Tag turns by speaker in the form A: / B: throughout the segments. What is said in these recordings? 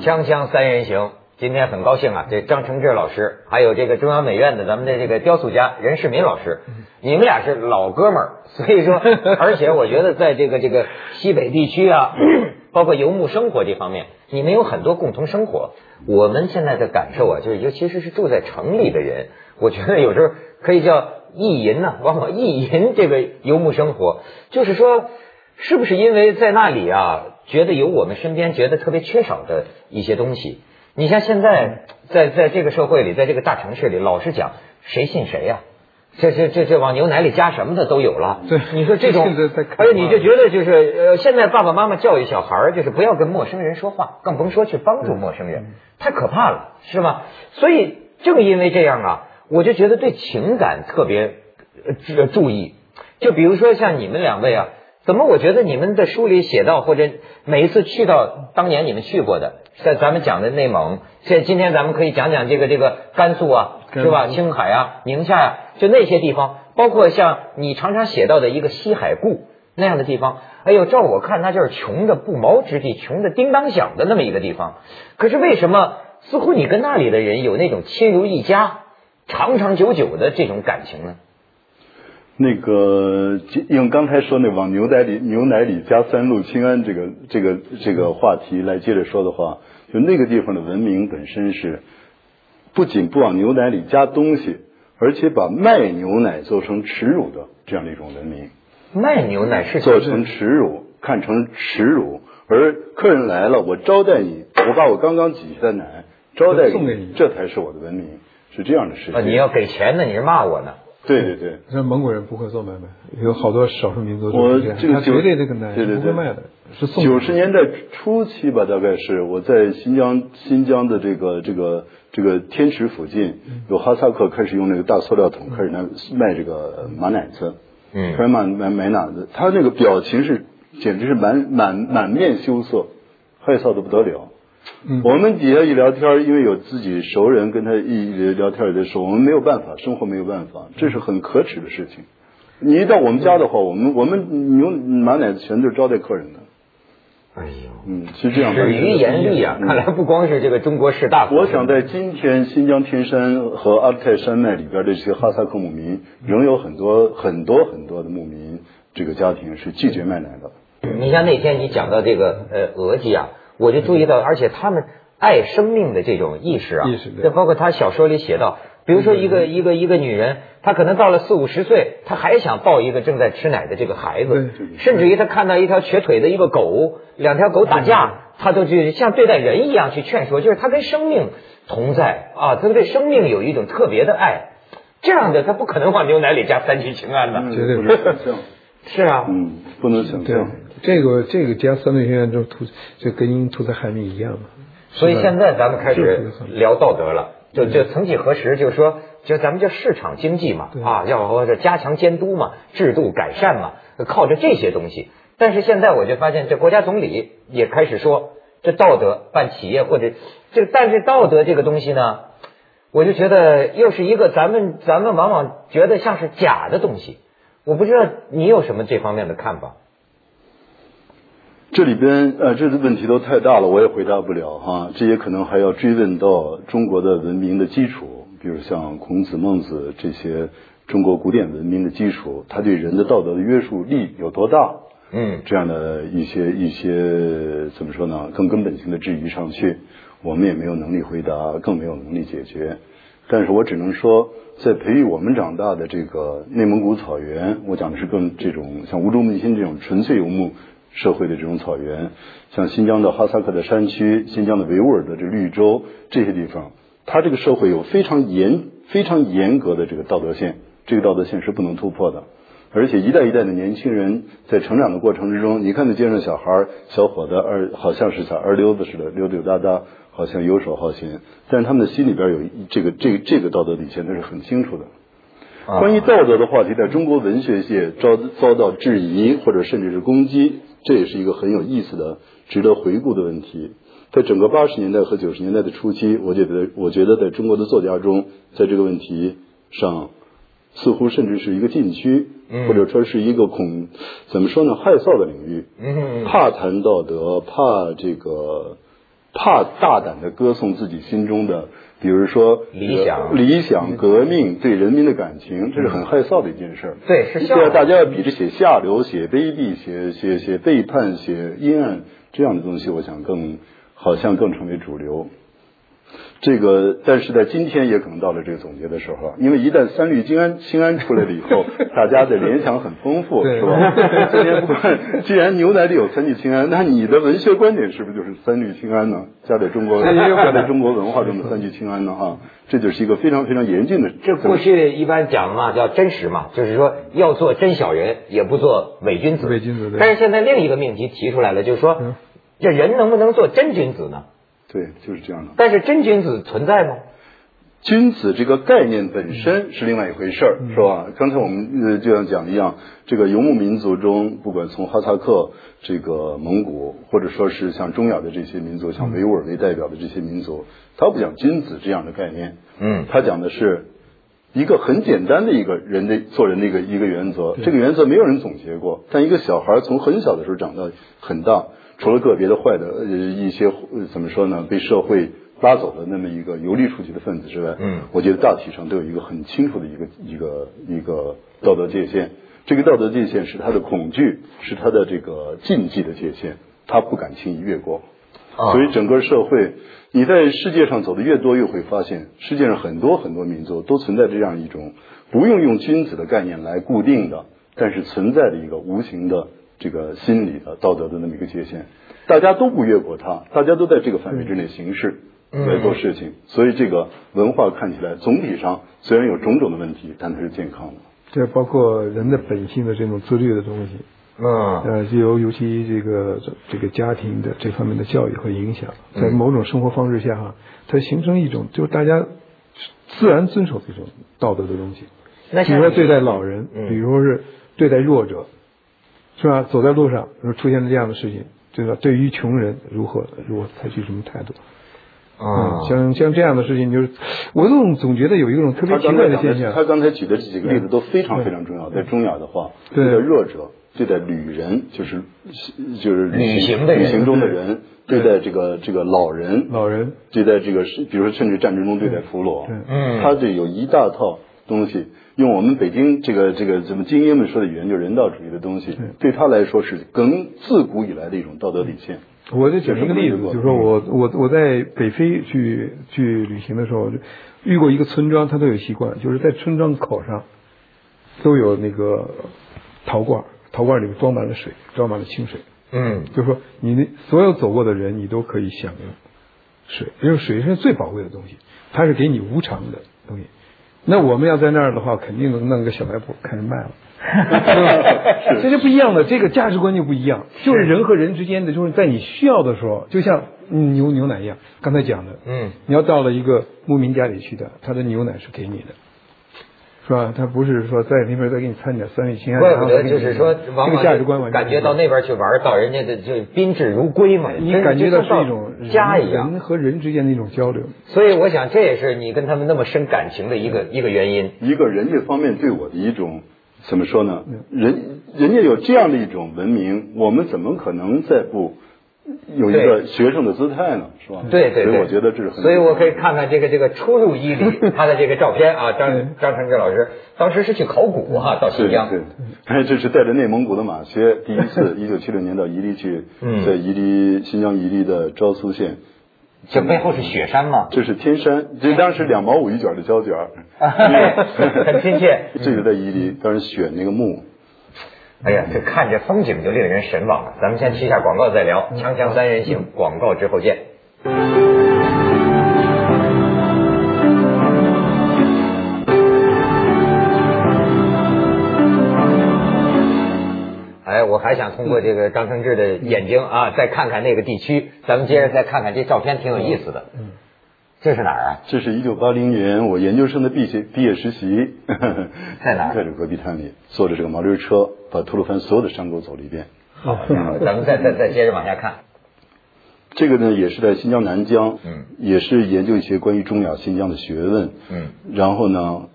A: 锵锵三人行，今天很高兴啊，这张承志老师，还有这个中央美院的咱们的这个雕塑家任世民老师，你们俩是老哥们儿，所以说，而且我觉得在这个这个西北地区啊， 包括游牧生活这方面，你们有很多共同生活。我们现在的感受啊，就是尤其是是住在城里的人，我觉得有时候可以叫意淫呐、往往意淫这个游牧生活，就是说。是不是因为在那里啊，觉得有我们身边觉得特别缺少的一些东西？你像现在在在这个社会里，在这个大城市里，老实讲，谁信谁呀、这这这这往牛奶里加什么的都有了。
B: 对
A: 你说这种
B: 现在在看，
A: 而且你就觉得就是呃，现在爸爸妈妈教育小孩儿，就是不要跟陌生人说话，更甭说去帮助陌生人，太可怕了，是吧？所以正因为这样啊，我就觉得对情感特别呃注注意。就比如说像你们两位啊，怎么我觉得你们的书里写到，或者每一次去到当年你们去过的，在咱们讲的内蒙，现在今天咱们可以讲讲这个这个甘肃啊，是
B: 甘肃
A: 吧？青海啊、宁夏呀、就那些地方，包括像你常常写到的一个西海固那样的地方，哎呦，照我看，那就是穷的不毛之地，穷的叮当响的那么一个地方。可是为什么似乎你跟那里的人有那种亲如一家、长长久久的这种感情呢？
C: 那个就用刚才说那往牛奶里牛奶里加三鹿氰胺这个这个这个话题来接着说的话，就那个地方的文明本身是不仅不往牛奶里加东西，而且把卖牛奶做成耻辱的这样的一种文明。
A: 卖牛奶是
C: 做成耻辱，看成耻辱。而客人来了，我招待你，我把我刚刚挤下的奶招待
B: 送给你
C: 这才是我的文明，是这样的事
A: 啊，你
C: 情。
A: 要给钱呢，你是骂我呢？
C: 对对对，
B: 像蒙古人不会做买卖，有好多少数民族都
C: 我
B: 是这样，
C: 这个
B: 他
C: 九
B: 绝对这个奶
C: 对对
B: 是不会
C: 对
B: 卖的，是送
C: 九十年代初期吧，大概是我在新疆新疆的这个这个这个天池附近，
B: 嗯
C: 有哈萨克开始用那个大塑料桶开始来卖这个马奶子，
A: 嗯
C: 开始买买买奶子，他那个表情是简直是满满满面羞涩，害臊的不得了。
B: 嗯
C: 我们底下一聊天，因为有自己熟人跟他一聊天的时候，我们没有办法，生活没有办
B: 嗯
C: 法，这是很可耻的事情。你一到我们家的话，我们我们牛马奶子全都是招待客人的。
A: 哎呦，
C: 嗯，是这样的。
A: 止于言厉啊！看来不光是这个中国士大夫，
C: 我想在今天新疆天山和阿勒泰山脉里边的这些哈萨克牧民，仍有很多很多很多的牧民这个家庭是拒绝卖奶的。
A: 你像那天你讲到这个呃额济啊，我就注意到，而且他们爱生命的这种意识啊，
B: 意识对嗯
A: 这包括他小说里写到，比如说一个一个一个女人，她可能到了四五十岁，她还想抱一个正在吃奶的这个孩子，
B: 对
A: 甚至于她看到一条瘸腿的一个狗，两条狗打
B: 嗯
A: 架。她都去像对待人一样去劝说，就是她跟生命同在啊，她对生命有一种特别的爱，这样的她不可能往牛奶里加三聚氰胺的，
B: 绝对
C: 嗯不能想象，
A: 是啊，
C: 嗯，不能想
B: 对
C: 象。，
B: 这个这个加三类学院就涂就跟涂在海米一样嘛。
A: 所以现在咱们开始
B: 是是嗯
A: 聊道德了，就就曾几何时，就是说，就咱们叫市场经济嘛
B: 对，
A: 啊，要或者加强监督嘛，制度改善嘛，靠着这些东西。但是现在我就发现，这国家总理也开始说，这道德办企业或者这，但是道德这个东西呢，我就觉得又是一个咱们咱们往往觉得像是假的东西。我不知道你有什么这方面的看法？
C: 这里边呃，这个问题都太大了，我也回答不了哈。这也可能还要追问到中国的文明的基础，比如像孔子、孟子这些中国古典文明的基础，它对人的道德的约束力有多大？
A: 嗯，
C: 这样的一些一些怎么说呢？更根本性的质疑上去，我们也没有能力回答，更没有能力解决。但是我只能说，在培育我们长大的这个内蒙古草原，我讲的是更这种像乌珠穆欣这种纯粹游牧社会的这种草原，像新疆的哈萨克的山区、新疆的维吾尔的这个绿洲这些地方，它这个社会有非常严、非常严格的这个道德线，这个道德线是不能突破的。而且一代一代的年轻人在成长的过程之中，你看那街上小孩儿、小伙子二，好像是小二溜子似的，溜溜达达，好像游手好闲，但是他们的心里边有一这个这个这个道德底线，那是很清楚的。
A: 啊
C: 关于道德的话题，在中国文学界遭遭到质疑或者甚至是攻击，这也是一个很有意思的、值得回顾的问题。在整个八十年代和九十年代的初期，我觉得，我觉得在中国的作家中，在这个问题上，似乎甚至是一个禁区，或者说是一个恐怎么说呢，害臊的领域。
A: 嗯
C: 怕谈道德，怕这个怕大胆的歌颂自己心中的，比如说
A: 理想
C: 呃理想、革命对人民的感情，这是很害臊的一件事儿。
A: 嗯对是笑
C: 对啊
A: 话
C: 大家要比着写下流、写卑鄙、写写写背叛、写阴暗这样的东西，我想更好像更成为主流。这个，但是在今天也可能到了这个总结的时候，因为一旦三氯精胺氰胺出来了以 后，大家的联想很丰富，
B: 对
C: 是吧？今天不管，既然牛奶里有三氯氰胺，那你的文学观点是不是就是三氯氰胺呢？加在中国，
B: 那也有可
C: 加
B: 能
C: 在中国文化中的三氯氰胺呢？哈，这就是一个非常非常严峻的。
A: 这过去一般讲嘛，叫真实嘛，就是说要做真小人，也不做伪君子。
B: 伪君子对
A: 但是现在另一个命题提出来了，就是说，
B: 嗯
A: 这人能不能做真君子呢？
C: 对，就是这样的。
A: 但是真君子存在吗？
C: 君子这个概念本身是另外一回事儿，是吧？刚才我们呃就像讲一样，这个游牧民族中，不管从哈萨克、这个蒙古，或者说是像中亚的这些民族，像维吾尔为代表的这些民族，他不讲君子这样的概念，
A: 嗯
C: 他讲的是一个很简单的一个人的做人的一个一个原则，这个原则没有人总结过，但一个小孩从很小的时候长到很大，除了个别的坏的呃一些呃怎么说呢，被社会拉走的那么一个游离出去的分子之外，
A: 嗯
C: 我觉得大体上都有一个很清楚的一个一个一个道德界限。这个道德界限是他的恐惧，是他的这个禁忌的界限，他不敢轻易越过。
A: 啊
C: 所以整个社会，你在世界上走的越多，越会发现世界上很多很多民族都存在这样一种不用用君子的概念来固定的，但是存在的一个无形的这个心理的道德的那么一个界限，大家都不越过它，大家都在这个范围之内行事。来做事情，所以这个文化看起来总体上虽然有种种的问题，但它是健康的。
B: 这包括人的本性的这种自律的东西，
A: 嗯，
B: 呃，尤尤其这个这个家庭的这方面的教育和影响，
C: 嗯
B: 在某种生活方式下哈，它形成一种就是大家自然遵守的一种道德的东西。
A: 那
B: 比
A: 像
B: 如说
A: 你
B: 对待老人，
A: 嗯
B: 比如说是对待弱者，是吧？走在路上，如果出现了这样的事情，对吧？对于穷人如何如何采取什么态度？嗯
A: 啊，
B: 像像这样的事情，就是我总总觉得有一种特别
C: 他
B: 奇
C: 刚
B: 怪
C: 才
B: 的
C: 讲
B: 现
C: 的，
B: 象
C: 他。刚才举的这几个例子都非常
B: 对
C: 非常重要。在中亚的话，
B: 对
C: 待弱者，对待旅人，就是就是
A: 旅行
C: 行
A: 的人
C: 旅行中的人，对待这个这个老人，
B: 老人
C: 对待这个是，比如说甚至战争中对待俘虏
B: 对对，
A: 嗯
C: 他这有一大套东西。用我们北京这个这个怎么精英们说的语言，就是人道主义的东西，对他来说是更自古以来的一种道德底线。
B: 我就举一个例
C: 有
B: 子，
C: 什么
B: 就是说我我我在北非去去旅行的时候，就遇过一个村庄，他都有习惯，就是在村庄口上都有那个陶罐，陶罐里面装满了水，装满了清水，
A: 嗯
B: 就是说你那所有走过的人，你都可以享用水，因为水是最宝贵的东西，它是给你无偿的东西。那我们要在那儿的话，肯定能弄个小卖部开始卖 了。对吧这 就不一样的，这个价值观就不一样，就是人和人之间的，就是在你需要的时候，就像嗯牛牛奶一样，刚才讲的，
A: 嗯，
B: 你要到了一个牧民家里去的，他的牛奶是给你的，是吧？他不是说在那边再给你掺点三味氰胺，
A: 怪
B: 然
A: 不
B: 后
A: 得
B: 再给你
A: 就是说，往
B: 嗯这个
A: 往
B: 价值观完全
A: 感
B: 不一
A: 觉
B: 样
A: 到那边去玩，到人家的就宾至如归嘛，
B: 你
A: 真
B: 感觉
A: 就
B: 到是
A: 像
B: 一种
A: 家
B: 人
A: 一样
B: 人。和人之间的一种交流。
A: 所以我想，这也是你跟他们那么深感情的一个一个原因。
C: 一个人家方面对我的一种怎么说呢？
A: 嗯
C: 人人家有这样的一种文明，我们怎么可能再不有一个学生的姿态呢？是吧？
A: 对对对，
C: 所以我觉得这是很。
A: 所以我可以看看这个这个出入伊 犁他的这个照片啊，张张承志老师当时是去考古哈、到
C: 是
A: 新疆
C: 是，，哎，这是带着内蒙古的马靴，第一 次，一九七六年到伊犁去，
A: 嗯
C: 在伊犁新疆伊犁的昭苏县，
A: 这背后是雪山 嘛，
C: 这是天山，这当时两毛五一卷的胶卷儿，
A: 哎很亲切。
C: 这个在伊犁，当时选那个墓，
A: 哎呀，这看着风景就令人神往了。咱们先去一下广告再聊，锵锵三人行，广告之后见。哎，我还想通过这个张承志的眼睛啊，再看看那个地区。咱们接着再看看这照片，挺有意思的。嗯，这是哪儿啊？
C: 这是一九八零年我研究生的毕业毕业实习，
A: 在哪儿
C: 在这戈壁滩里，坐着这个毛驴车，把吐鲁番所有的山沟走了一遍。
A: 好家伙，咱们再再再接着往下看。
C: 这个呢，也是在新疆南疆，
A: 嗯，
C: 也是研究一些关于中亚新疆的学问，
A: 嗯，
C: 然后呢，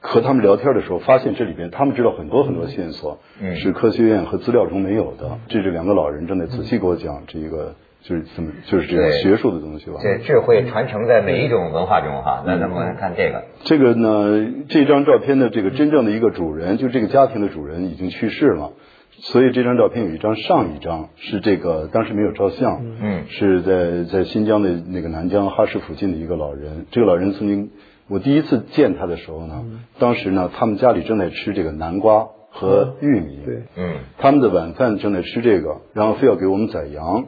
C: 和他们聊天的时候，发现这里边他们知道很多很多线索，
A: 嗯
C: 是科学院和资料中没有的。这是两个老人正在仔细给我讲这个就是怎么就是这种
A: 对
C: 学术的东西吧。
A: 这智慧传承在每一种文化中哈。那咱们看这个，
C: 这个呢，这张照片的这个真正的一个主人，就这个家庭的主人已经去世了，所以这张照片有一张上一张是这个当时没有照相，
A: 嗯
C: 是在在新疆的那个南疆哈市附近的一个老人，这个老人曾经我第一次见他的时候呢，当时呢他们家里正在吃这个南瓜和玉米，
B: 对，
A: 嗯，
C: 他们的晚饭正在吃这个，然后非要给我们宰羊，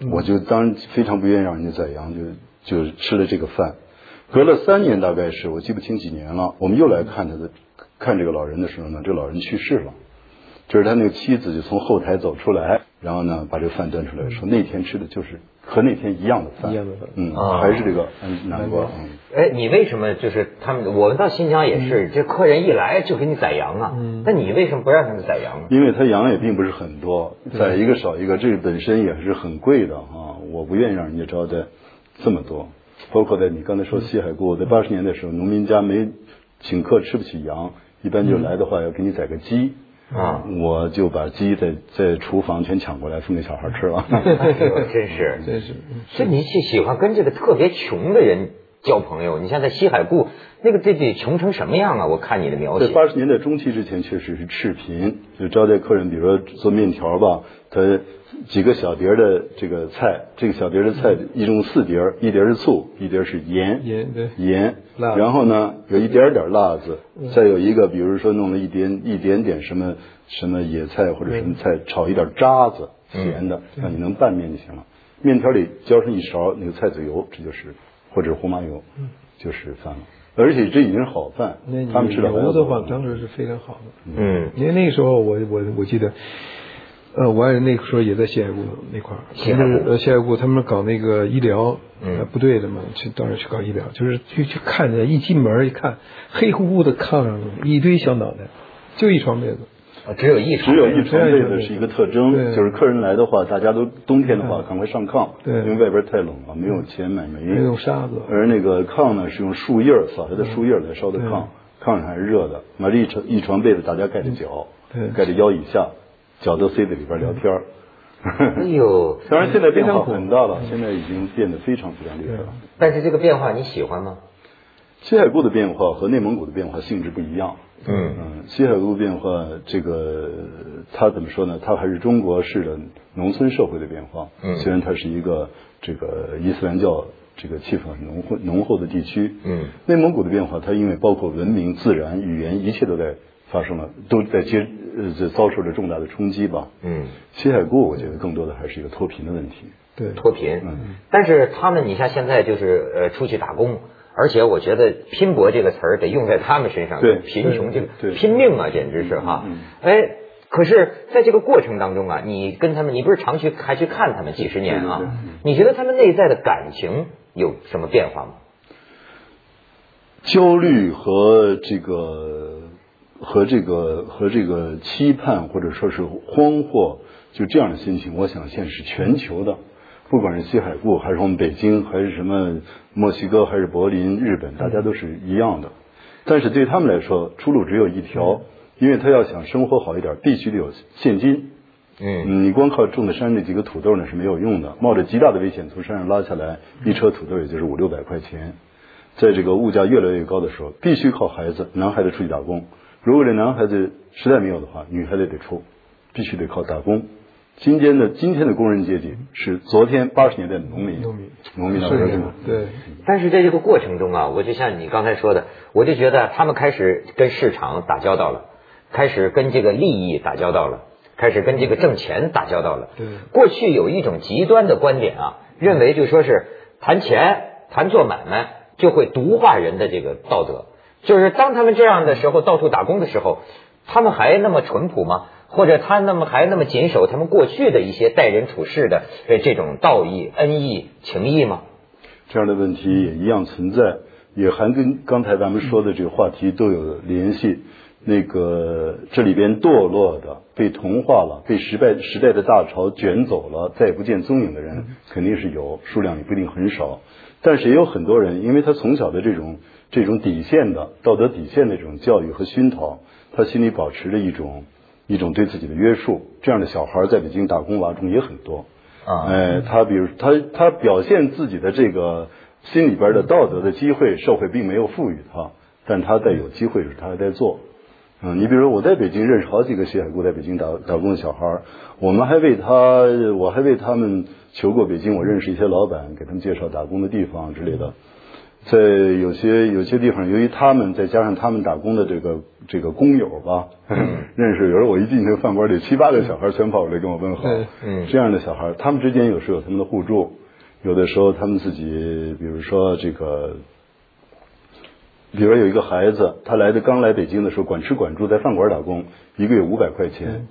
B: 嗯
C: 我就当然非常不愿意让人家宰羊，就就吃了这个饭。隔了三年，大概是我记不清几年了，我们又来看他的，看这个老人的时候呢，这老人去世了，就是他那个妻子就从后台走出来，然后呢把这个饭端出来，说那天吃的就是和那天一样的饭，
B: 嗯一样的饭
C: 嗯，
A: 啊
C: 还是这个嗯南瓜，嗯。
A: 哎，你为什么就是他们？我们到新疆也是，这客人一来就给你宰羊啊。
B: 嗯
A: 那你为什么不让他们宰羊啊呢？
C: 因为它羊也并不是很多，宰一个少一个，这个本身也是很贵的啊。我不愿意让人家招待这么多，包括在你刚才说西海固，在八十年代的时候，农民家没请客吃不起羊，一般就来的话要给你宰个鸡。
A: 啊
C: 我就把鸡在在厨房全抢过来分给小孩吃了。
A: 哎呦真是，
C: 嗯
B: 真是
A: 所以你喜喜欢跟这个特别穷的人交朋友。你像在西海固，那个这得穷成什么样啊？我看你的描
C: 在
A: 写，
C: 八十年代中期之前，确实是赤贫，就招待客人，比如说做面条吧，他几个小碟儿的这个菜，这个小碟儿的菜一共四碟儿，一碟儿是醋，一碟儿是盐，
B: 盐对
C: 盐，
B: 辣嗯
C: 然后呢有一点点辣子，再有一个比如说弄了一点一点点什么什么野菜或者什么菜，炒一点渣子，
B: 嗯
C: 咸的，让你能拌面就行了。面条里浇上一勺那个菜籽油，这就是或者胡麻油，就是饭了。而且这已经是好饭
B: 嗯那，你
C: 他们吃的
B: 油的话，当时是非常好的。
A: 嗯，
B: 因为那时候我我我记得，呃，我爱人那个时候也在西海固那块儿，
A: 西
B: 就
A: 海固
B: 是呃西海固他们搞那个医疗，
A: 嗯
B: 呃部队的嘛，去当时去搞医疗，就是去去看着一进门一看，黑乎乎的炕上一堆小脑袋，就一床被子，
A: 啊只有一场
C: 只有一床被子是一个特征，
B: 对
C: 就是客人来的话，大家都冬天的话赶快上炕，
B: 对
C: 因为外边太冷了，没有钱买煤，
B: 没有沙子
C: 而那个炕呢是用树叶儿撒下的树叶儿来烧的炕，炕上还是热的，完了一床一床被子大家盖着脚
B: 对，嗯
C: 盖着腰以下，脚都塞在里边聊天儿。
A: 哎 呦，
C: 当然现在变
B: 非
C: 化
B: 常火
C: 很大了，现在已经变得非常非常厉害了。
A: 但是这个变化你喜欢吗？
C: 西海固的变化和内蒙古的变化性质不一样。
A: 嗯
C: 嗯，西海固变化，这个呃它怎么说呢？它还是中国式的农村社会的变化。
A: 嗯
C: 虽然它是一个这个伊斯兰教这个气氛很浓厚浓厚的地区。
A: 嗯，
C: 内蒙古的变化，它因为包括文明、自然、语言，一切都在发生了，都在接呃在遭受着重大的冲击吧。
A: 嗯，
C: 西海固，我觉得更多的还是一个脱贫的问题。
B: 对，
A: 脱贫。
C: 嗯
A: 但是他们，你像现在就是呃出去打工，而且我觉得“拼搏”这个词儿得用在他们身上，
C: 对
A: 贫穷这
C: 对
A: 个拼命啊，简直是哈
C: 嗯。
A: 哎，可是在这个过程当中啊，你跟他们，你不是常去还去看他们几十年啊
C: 对对对？
A: 你觉得他们内在的感情有什么变化吗？
C: 焦虑和这个和这个和这个期盼，或者说是慌惑，就这样的心情，我想现在是全球的，不管是西海固，还是我们北京，还是什么墨西哥，还是柏林、日本，大家都是一样的。但是对他们来说，出路只有一条，因为他要想生活好一点，必须得有现金。
A: 嗯
C: 嗯，你光靠种的山那几个土豆呢是没有用的，冒着极大的危险从山上拉下来一车土豆，也就是五六百块钱。在这个物价越来越高的时候，必须靠孩子，男孩子出去打工。如果这男孩子实在没有的话，女孩子得出，必须得靠打工。今天的今天的工人阶级是昨天八十年代的农民，
B: 农民
C: 农民的
B: 是
C: 儿
B: 这
C: 子
B: 样
C: 们，
B: 对，
A: 但是在这个过程中啊，我就像你刚才说的，我就觉得他们开始跟市场打交道了，开始跟这个利益打交道了，开始跟这个挣钱打交道了。
B: 对
A: 过去有一种极端的观点啊，认为就说是谈钱、谈做买卖就会毒化人的这个道德，就是当他们这样的时候，到处打工的时候，他们还那么淳朴吗？或者他那么还那么谨守他们过去的一些待人处事的呃这种道义、恩义、情义吗？
C: 这样的问题也一样存在，也还跟刚才咱们说的这个话题都有联系。那个这里边堕落的、被同化了、被时代时代的大潮卷走了、再也不见踪影的人，肯定是有，数量也不一定很少。但是也有很多人，因为他从小的这种这种底线的道德底线的这种教育和熏陶，他心里保持着一种一种对自己的约束。这样的小孩在北京打工娃中也很多。
A: 啊
C: 哎，他比如他他表现自己的这个心里边的道德的机会，社会并没有赋予他，但他在有机会时他还在做。嗯，你比如说我在北京认识好几个学海姑在北京打打工的小孩儿我们还为他，我还为他们求过北京，我认识一些老板，给他们介绍打工的地方之类的。在有些有些地方，由于他们再加上他们打工的这个这个工友吧，认识有时候我一进那个饭馆里，七八个小孩全跑过来跟我问好
B: 嗯，
A: 嗯
C: 这样的小孩，他们之间有时候有他们的互助，有的时候他们自己，比如说这个比如有一个孩子，他来的刚来北京的时候，管吃管住，在饭馆打工，一个月五百块钱。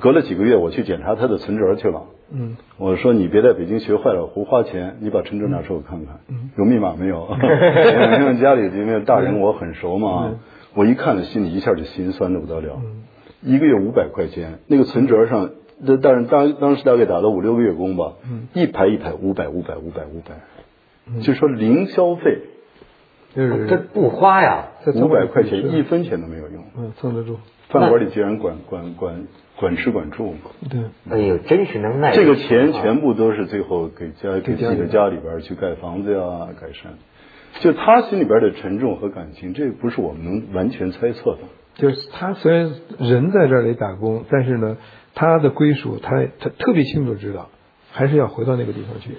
C: 隔了几个月，我去检查他的存折去了。
B: 嗯，
C: 我说你别在北京学坏了，胡花钱，你把存折拿出来我看看，有密码没有？因为家里因为大人我很熟嘛，我一看了心里一下就心酸的不得了。一个月五百块钱，那个存折上，这但是当当时大概打了五六个月工吧，一排一排五百五百五百五百，就说零消费。
B: 就
A: 这
B: 是
A: 不花呀，
B: 这
C: 五百块钱一
B: 一，
C: 分钱都没有用。
B: 嗯，撑得住，
C: 饭馆里既然管管管管吃管住，
B: 对，
A: 哎呦，真是能耐。
C: 这个钱全部都是最后给家给
B: 给
C: 自
B: 家里
C: 己的家里边儿去盖房子呀、改善。就他心里边的沉重和感情，这不是我们能完全猜测的。
B: 就是他虽然人在这里打工，但是呢，他的归属他他特别清楚知道，还是要回到那个地方去。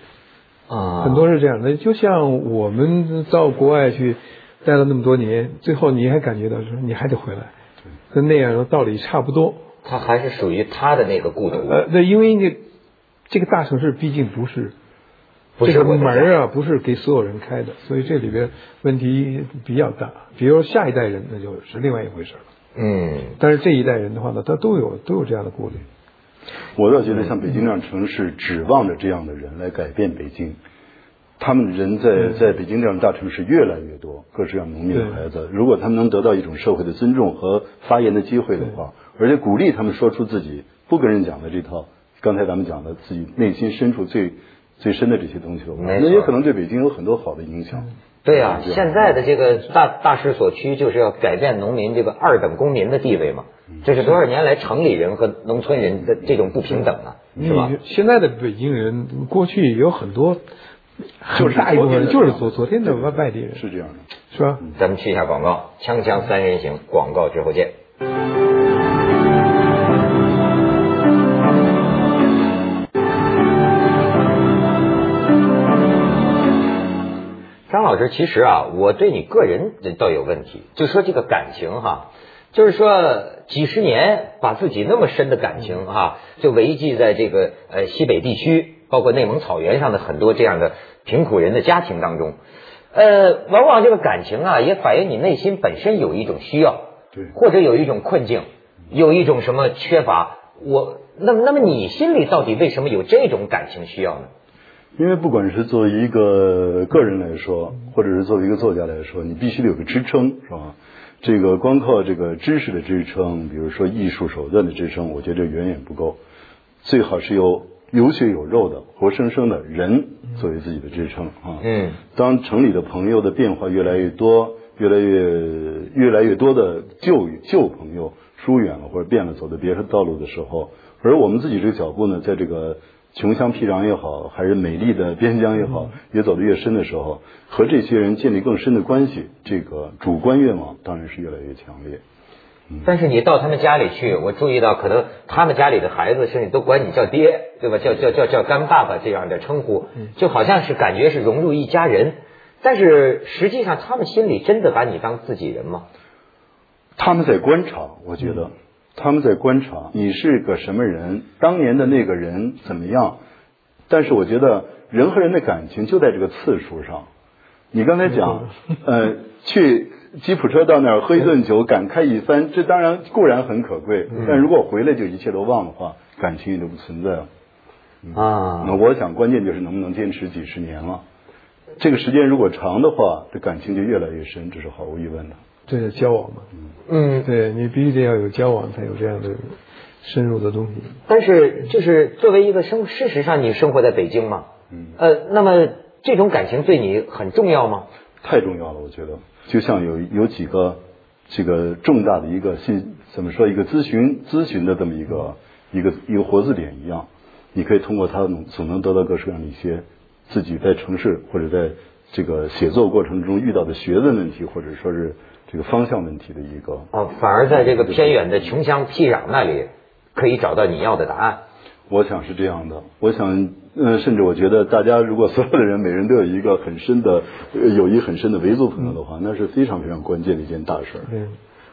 A: 啊，
B: 很多是这样的，就像我们到国外去待了那么多年，最后你还感觉到说你还得回来，跟那样的道理差不多。
A: 他还是属于他的那个故土，
B: 呃，对，因为那这个大城市毕竟不是
A: 不是
B: 这
A: 我
B: 个
A: 的
B: 门
A: 家
B: 儿啊，不是给所有人开的，所以这里边问题比较大。比如下一代人，那就是另外一回事了。
A: 嗯，
B: 但是这一代人的话呢，他都有都有这样的顾虑。
C: 我倒觉得像北京这样城市，指望着这样的人来改变北京。他们人
A: 嗯
C: 在在北京这样的大城市越来越多，各式各样农民的孩子，如果他们能得到一种社会的尊重和发言的机会的话，而且鼓励他们说出自己不跟人讲的这套，刚才咱们讲的自己内心深处最最深的这些东西的话，
A: 没错嗯
C: 那也可能对北京有很多好的影响。
A: 对呀、
C: 对
A: 现在的这个大大势所趋，就是要改变农民这个二等公民的地位嘛。
B: 嗯
A: 这是多少年来城里人和农村人的这种不平等啊，
C: 嗯
A: 是吧
B: 你？现在的北京人，过去有很多
C: 就是
B: 很大一部分人
C: 昨
B: 就
C: 天的
B: 是昨昨天的外外地人，
C: 是这样的。
B: 是吧？
A: 咱们去一下广告，锵锵三人行，广告之后见。张老师，其实啊，我对你个人倒有问题，就说这个感情哈，就是说几十年把自己那么深的感情哈，就维系在这个呃西北地区，包括内蒙草原上的很多这样的贫苦人的家庭当中，呃，往往这个感情啊，也反映你内心本身有一种需要，
C: 对
A: 或者有一种困境，有一种什么缺乏。我那么那么你心里到底为什么有这种感情需要呢？
C: 因为不管是作为一个个人来说，或者是作为一个作家来说，你必须得有个支撑，是吧？这个光靠这个知识的支撑，比如说艺术手段的支撑，我觉得远远不够。最好是有有血有肉的、活生生的人作为自己的支撑啊。
A: 嗯，
C: 当城里的朋友的变化越来越多，越来越越来越多的旧旧朋友疏远了或者变了，走的别的道路的时候，而我们自己这个脚步呢，在这个穷乡僻壤也好，还是美丽的边疆也好，也走得越深的时候，和这些人建立更深的关系，这个主观愿望当然是越来越强烈。
A: 但是你到他们家里去，我注意到可能他们家里的孩子甚至都管你叫爹，对吧？叫叫叫叫干爸爸这样的称呼，就好像是感觉是融入一家人。但是实际上，他们心里真的把你当自己人吗？
C: 他们在观察，我觉得、他们在观察你是个什么人，当年的那个人怎么样。但是我觉得人和人的感情就在这个次数上。你刚才讲， 呃，去吉普车到那儿喝一顿酒，感慨一番，这当然固然很可贵，但如果回来就一切都忘的话，感情也就不存在了。那
A: 啊，
C: 我想关键就是能不能坚持几十年了。这个时间如果长的话，这感情就越来越深，这是毫无疑问的。
B: 这是交往嘛，
A: 嗯，
B: 对你必须得要有交往，才有这样的深入的东西。
A: 但是就是作为一个生，事实上你生活在北京嘛，
C: 嗯
A: 呃，那么这种感情对你很重要吗？
C: 太重要了，我觉得。就像有有几个这个重大的一个信怎么说一个咨询咨询的这么一个一个一个活字典一样，你可以通过它能总能得到各式各样的一些自己在城市或者在这个写作过程中遇到的学问问题，或者说是这个方向问题的一个。
A: 哦，反而在这个偏远的穷乡僻壤那里，可以找到你要的答案。
C: 我想是这样的，我想，呃，甚至我觉得大家如果所有的人每人都有一个很深的、呃友谊很深的维族朋友的话，那是非常非常关键的一件大事儿。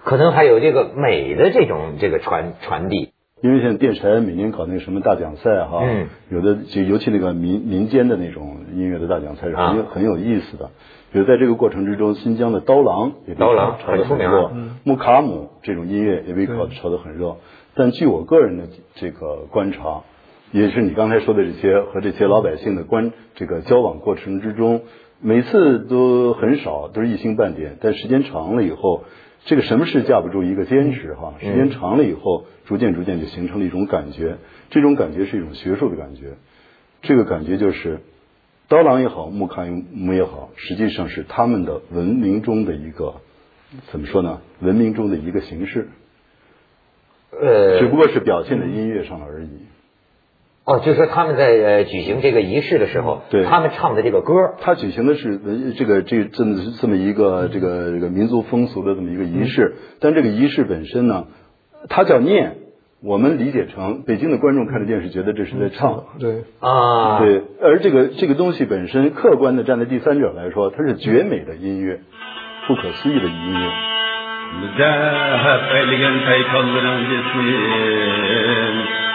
A: 可能还有这个美的这种这个传传递。
C: 因为现在电视台每年搞那个什么大奖赛哈，
A: 嗯
C: 有的就尤其那个民民间的那种音乐的大奖赛是很有、
A: 啊
C: 很有意思的。比如在这个过程之中，新疆的刀郎也被
A: 刀郎
C: 炒得
A: 很出名
C: 热，木啊卡姆这种音乐也被炒
B: 对
C: 炒得很热。但据我个人的这个观察，也是你刚才说的这些和这些老百姓的关这个交往过程之中，每次都很少，都是一星半点。但时间长了以后，这个什么事架不住一个坚持哈，时间长了以后，逐渐逐渐就形成了一种感觉，这种感觉是一种学术的感觉，这个感觉就是刀郎也好，木卡姆也好，实际上是他们的文明中的一个怎么说呢？文明中的一个形式，
A: 呃
C: 只，不过是表现在音乐上而已。
A: 哦，就说他们在呃举行这个仪式的时候，
C: 对
A: 他们唱的这个歌，
C: 他举行的是文这个这这么这么一个这个这个民族风俗的这么一个仪式，但这个仪式本身呢，它叫念，我们理解成北京的观众看着电视觉得这是在唱，
B: 对，
A: 啊，
C: 对，而这个这个东西本身，客观的站在第三者来说，它是绝美的音乐，不可思议的音乐。
D: Müzdehep elgen peykalların cismin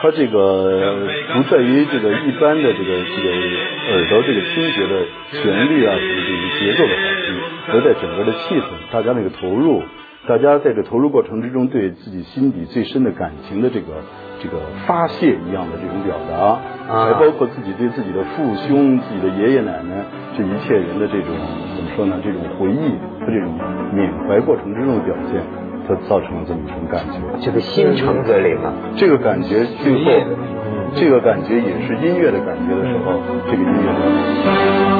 C: 它这个不在于这个一般的这个这个耳朵这个听觉的旋律啊，这个这个节奏的好听，而在整个的气氛，大家那个投入，大家在这投入过程之中对自己心底最深的感情的这个这个发泄一样的这种表达，
A: 啊
C: 还包括自己对自己的父兄、自己的爷爷奶奶这一切人的这种怎么说呢？这种回忆和这种缅怀过程之中的表现，它造成了这么一种感觉。
A: 这个心诚则灵啊，
C: 这个感觉最后，这个感觉也是音乐的感觉的时候，这个音乐的。